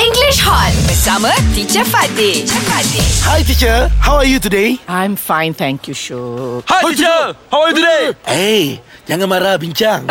English Hot bersama Teacher Fatih. Teacher Fatih. Hi teacher, how are you today? I'm fine, thank you, Syuk. Hi teacher, how are you today? Hey, jangan marah bincang.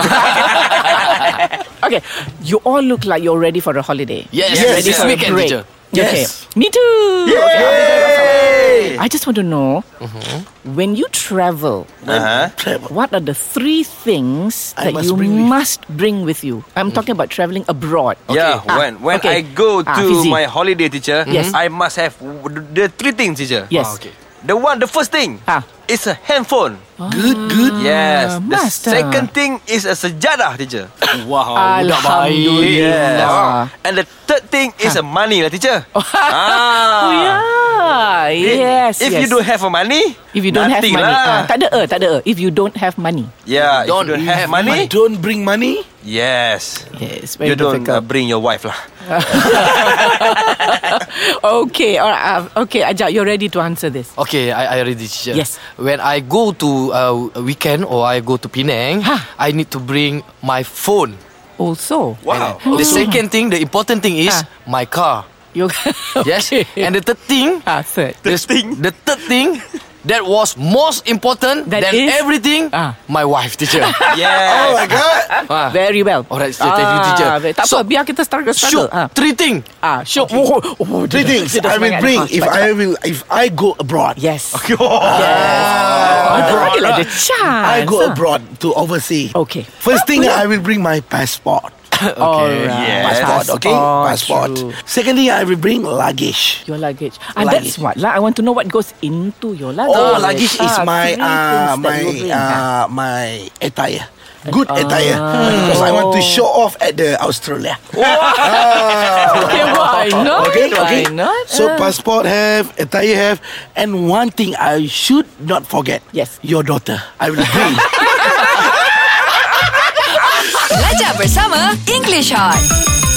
Okay, you all look like you're ready for a holiday. Yes, Yes, ready yes, for a weekend, break. teacher. Yes. Mm-hmm. Okay, me too. Yay! I just want to know Mm-hmm. when you travel, Uh-huh. Travel. what are the three things I that must you bring with- must bring with you? I'm talking about traveling abroad. Mm. Yeah, Ah, when when okay. I go Ah, to Fizi. my holiday, teacher, Yes. I must have w- the three things, teacher. Yes. Ah, okay. The one, the first thing Ah. is a handphone. Good, good. yes. The must, ah. second thing is a sejadah, teacher. Wow, budak baik. Alhamdulillah. And the third thing is a money, lah, teacher. ah. Oh, yeah. If- Yes. If you yes. don't have a money, If you don't have nothing money, lah. ah, tak ada eh, tak ada eh. If you don't have money, yeah, if you don't have money, Don't bring money. yes. yes, very You don't uh, difficult. bring your wife lah. okay, all right, ah, okay, Ajak, you're ready to answer this. Okay, I, I already teacher. Yes. When I go to uh, weekend or I go to Penang, Ha. I need to bring my phone. Also, Wow. And the second thing, the important thing is Oh. Ha. my car. you Yes. And the third thing, ah, third. the, the third thing that was most important That than is? everything, Ah. my wife teacher. Yes. Oh my god. Ah. Very well. Alright, so thank you, teacher. baik. Tak So- apa, biar kita struggle struggle. Shoot, three thing. Ah, shoot. Oh, oh, oh, Three things dia dah I will semangat. bring Ah, if cepat, I will if I go abroad. cepat. Yes. Okay. Yes. Oh, the chance. I go ah. abroad to overseas. Okay. First thing I will bring my passport. Alright. yes. Ah, Passport, okay? Passport. true. Secondly, I will bring luggage. Your luggage. Ah, Luggage. that's what lah. I want to know what goes into your luggage. Oh, luggage is Ah, my three things uh, that my you bring, uh, ah. my attire. Good attire because I want to show off at the Australia. Okay, why not? Okay, okay. Why not? So Ah. passport have, attire have, and one thing I should not forget. Yes. your daughter. I will bring. Belajar bersama English Hot.